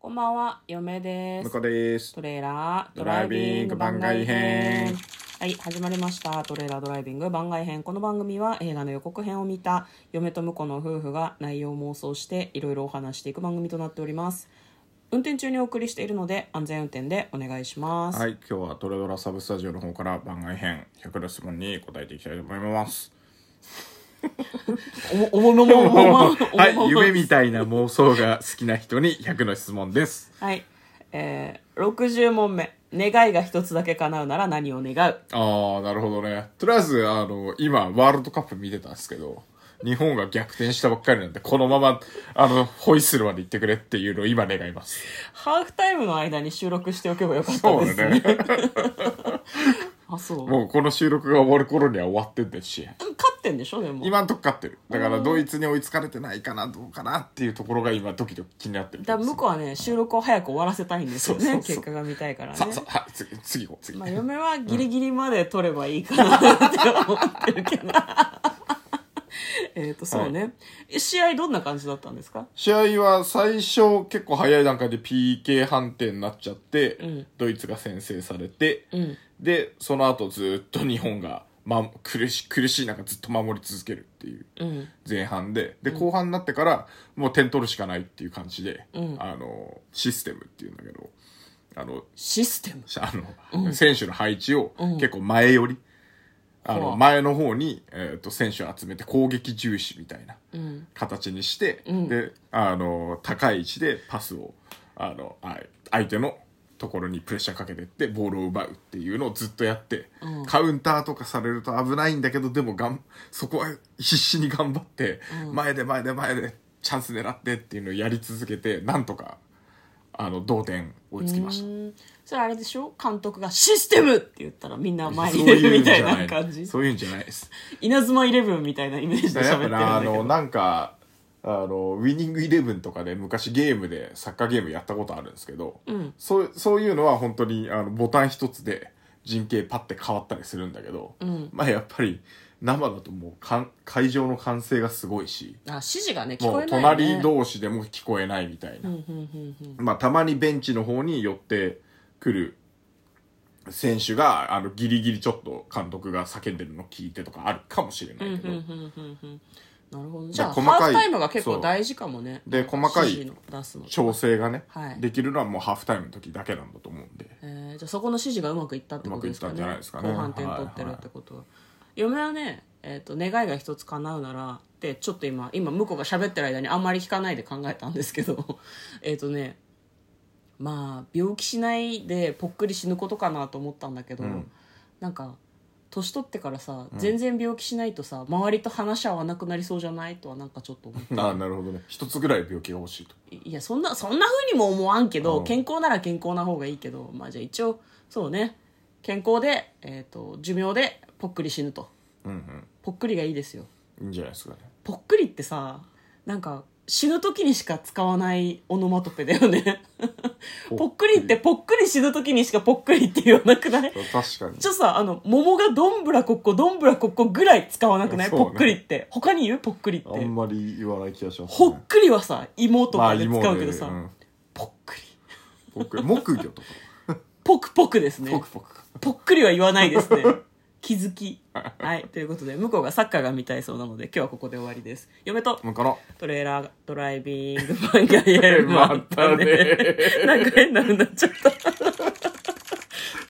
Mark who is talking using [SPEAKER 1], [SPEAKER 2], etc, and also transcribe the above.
[SPEAKER 1] こんばんは、嫁です。
[SPEAKER 2] 向こうです
[SPEAKER 1] トレーラード
[SPEAKER 2] ドライビング番外編
[SPEAKER 1] はい始まりましたトレーラードライビング番外編この番組は映画の予告編を見た嫁と婿の夫婦が内容を妄想していろいろお話していく番組となっております運転中にお送りしているので安全運転でお願いします、
[SPEAKER 2] はい今日はトレドラサブスタジオの方から番外編100の質問に答えていきたいと思います
[SPEAKER 1] おもおももももも
[SPEAKER 2] はい夢みたいな妄想が好きな人に100の質問です
[SPEAKER 1] はいえー、60問目願いが一つだけ叶うなら何を願う
[SPEAKER 2] ああなるほどねとりあえずあの今ワールドカップ見てたんですけど日本が逆転したばっかりなんでこのままあのホイッスルまで行ってくれっていうのを今願います
[SPEAKER 1] ハーフタイムの間に収録しておけばよかった
[SPEAKER 2] そう
[SPEAKER 1] です
[SPEAKER 2] だ
[SPEAKER 1] ね
[SPEAKER 2] ね
[SPEAKER 1] あそう
[SPEAKER 2] もうこの収録が終わる頃には終わってんだし
[SPEAKER 1] 勝ってんでしょでも
[SPEAKER 2] 今んとこ勝ってるだからドイツに追いつかれてないかなどうかなっていうところが今ドキドキ気になってる
[SPEAKER 1] だから向こうはね収録を早く終わらせたいんですよね
[SPEAKER 2] そうそうそう
[SPEAKER 1] 結果が見たいからね
[SPEAKER 2] ささ はい次次行こう次、
[SPEAKER 1] まあ、嫁はギリギリまで取ればいいかなって思ってるけど えっとそうね、え試合どんな感じだったんですか
[SPEAKER 2] 試合は最初結構早い段階で PK 判定になっちゃって、
[SPEAKER 1] ん
[SPEAKER 2] ドイツが先制されて、
[SPEAKER 1] うん
[SPEAKER 2] でその後ずっと日本が、ま、苦し苦しい中ずっと守り続けるっていう
[SPEAKER 1] うん
[SPEAKER 2] 前半でで後半になってからもう点取るしかないっていう感じで、
[SPEAKER 1] うん
[SPEAKER 2] あのシステムっていうんだけどあの
[SPEAKER 1] システム
[SPEAKER 2] あの、選手の配置を
[SPEAKER 1] ん
[SPEAKER 2] 結構前寄り、あ
[SPEAKER 1] はあ
[SPEAKER 2] の前の方に、えー、と選手を集めて攻撃重視みたいな
[SPEAKER 1] うん
[SPEAKER 2] 形にして、
[SPEAKER 1] ん
[SPEAKER 2] であの高い位置でパスをあのあ相手のところにプレッシャーかけてってボールを奪うっていうのをずっとやって、
[SPEAKER 1] うん
[SPEAKER 2] カウンターとかされると危ないんだけどでもがんそこは必死に頑張って、前で前で前でチャンス狙ってっていうのをやり続けてなんとかあの同点追いつきました。
[SPEAKER 1] うんそれあれでしょ監督が「システム!」って言ったらみんな前に
[SPEAKER 2] そう
[SPEAKER 1] 出
[SPEAKER 2] い
[SPEAKER 1] る
[SPEAKER 2] うん
[SPEAKER 1] み
[SPEAKER 2] じ
[SPEAKER 1] たい
[SPEAKER 2] ゃな
[SPEAKER 1] ない感じ
[SPEAKER 2] そういうんじゃないです。
[SPEAKER 1] 稲妻イレブンみたいなイメージで
[SPEAKER 2] だからや
[SPEAKER 1] 喋ってるんだ
[SPEAKER 2] っぱりあ
[SPEAKER 1] けど
[SPEAKER 2] の、なんか、あの、ウィニングイレブンとかで昔ゲームで、サッカーゲームやったことあるんですけど、
[SPEAKER 1] うん
[SPEAKER 2] そうそういうのは本当にあのボタン一つで陣形パッて変わったりするんだけど、
[SPEAKER 1] うん
[SPEAKER 2] まあやっぱり生だともうかん会場の歓声がすごいし、
[SPEAKER 1] あ指示がね聞
[SPEAKER 2] も
[SPEAKER 1] こ
[SPEAKER 2] う
[SPEAKER 1] えない、ね、
[SPEAKER 2] 隣同士でも聞こえないみたいな。
[SPEAKER 1] うんうんうんうん
[SPEAKER 2] まあ、たまにベンチの方に寄ってくる選手が、あの、ギリギリちょっと監督が叫んでるの聞いてとかあるかもしれな
[SPEAKER 1] うん
[SPEAKER 2] いけ
[SPEAKER 1] う
[SPEAKER 2] ど。
[SPEAKER 1] んうんうんうんなるほど
[SPEAKER 2] で
[SPEAKER 1] じゃあ
[SPEAKER 2] 細かい
[SPEAKER 1] ハーフタイムが結構大事かもね
[SPEAKER 2] で、細か
[SPEAKER 1] 指
[SPEAKER 2] い
[SPEAKER 1] 示の出すの、
[SPEAKER 2] 調整がね、
[SPEAKER 1] はい
[SPEAKER 2] できるのはもうハーフタイムの時だけなんだと思うんで。
[SPEAKER 1] えーじゃあそこの指示がうまくいったってことですか
[SPEAKER 2] う
[SPEAKER 1] ね
[SPEAKER 2] まくいったんじゃないですかね
[SPEAKER 1] 後半点取ってるってことは、嫁はね、えー、と願いが一つ叶うならってちょっと今今向こうが喋ってる間にあんまり聞かないで考えたんですけど えっとねまあ病気しないでぽっくり死ぬことかなと思ったんだけど、
[SPEAKER 2] ん
[SPEAKER 1] なんか年取ってからさ、全然病気しないとさ周りと話し合わなくなりそうじゃないとはなんかちょっと思った
[SPEAKER 2] ああ、なるほどね。一つぐらい病気が欲しいと。
[SPEAKER 1] いやそんなそんな風にも思わんけど、
[SPEAKER 2] うん
[SPEAKER 1] 健康なら健康な方がいいけどまあじゃあ一応そうね健康で、えー、と寿命でぽっくり死ぬと
[SPEAKER 2] うん
[SPEAKER 1] ぽっくりがいいですよ
[SPEAKER 2] うん。いいんじゃないですかね。
[SPEAKER 1] ぽっくりってさなんか死ぬ時にしか使わないオノマトペだよ ねぽっくりってぽっくり死ぬ時にしかぽっくりって言わなくない
[SPEAKER 2] 確かに。
[SPEAKER 1] ちょっとさあの桃がどんぶらこっこどんぶらこっこぐらい使わなくない、
[SPEAKER 2] そうね
[SPEAKER 1] ぽっくりって他に言うぽっくりって
[SPEAKER 2] あんまり言わない気がします、
[SPEAKER 1] ほっくりはさ芋と
[SPEAKER 2] まあ、
[SPEAKER 1] かで
[SPEAKER 2] 芋
[SPEAKER 1] 使う
[SPEAKER 2] で
[SPEAKER 1] けどさ、
[SPEAKER 2] うん
[SPEAKER 1] ぽっくり
[SPEAKER 2] ぽっくり木魚とか。
[SPEAKER 1] ぽくぽくですね
[SPEAKER 2] ぽくぽく。
[SPEAKER 1] ぽっくりは言わないですね。気づき。はい。ということで、向こうがサッカーが見たいそうなので、今日はここで終わりです。嫁と
[SPEAKER 2] もうこの。
[SPEAKER 1] トレーラードライビング番外編まったね。なんか変な風になっちゃった。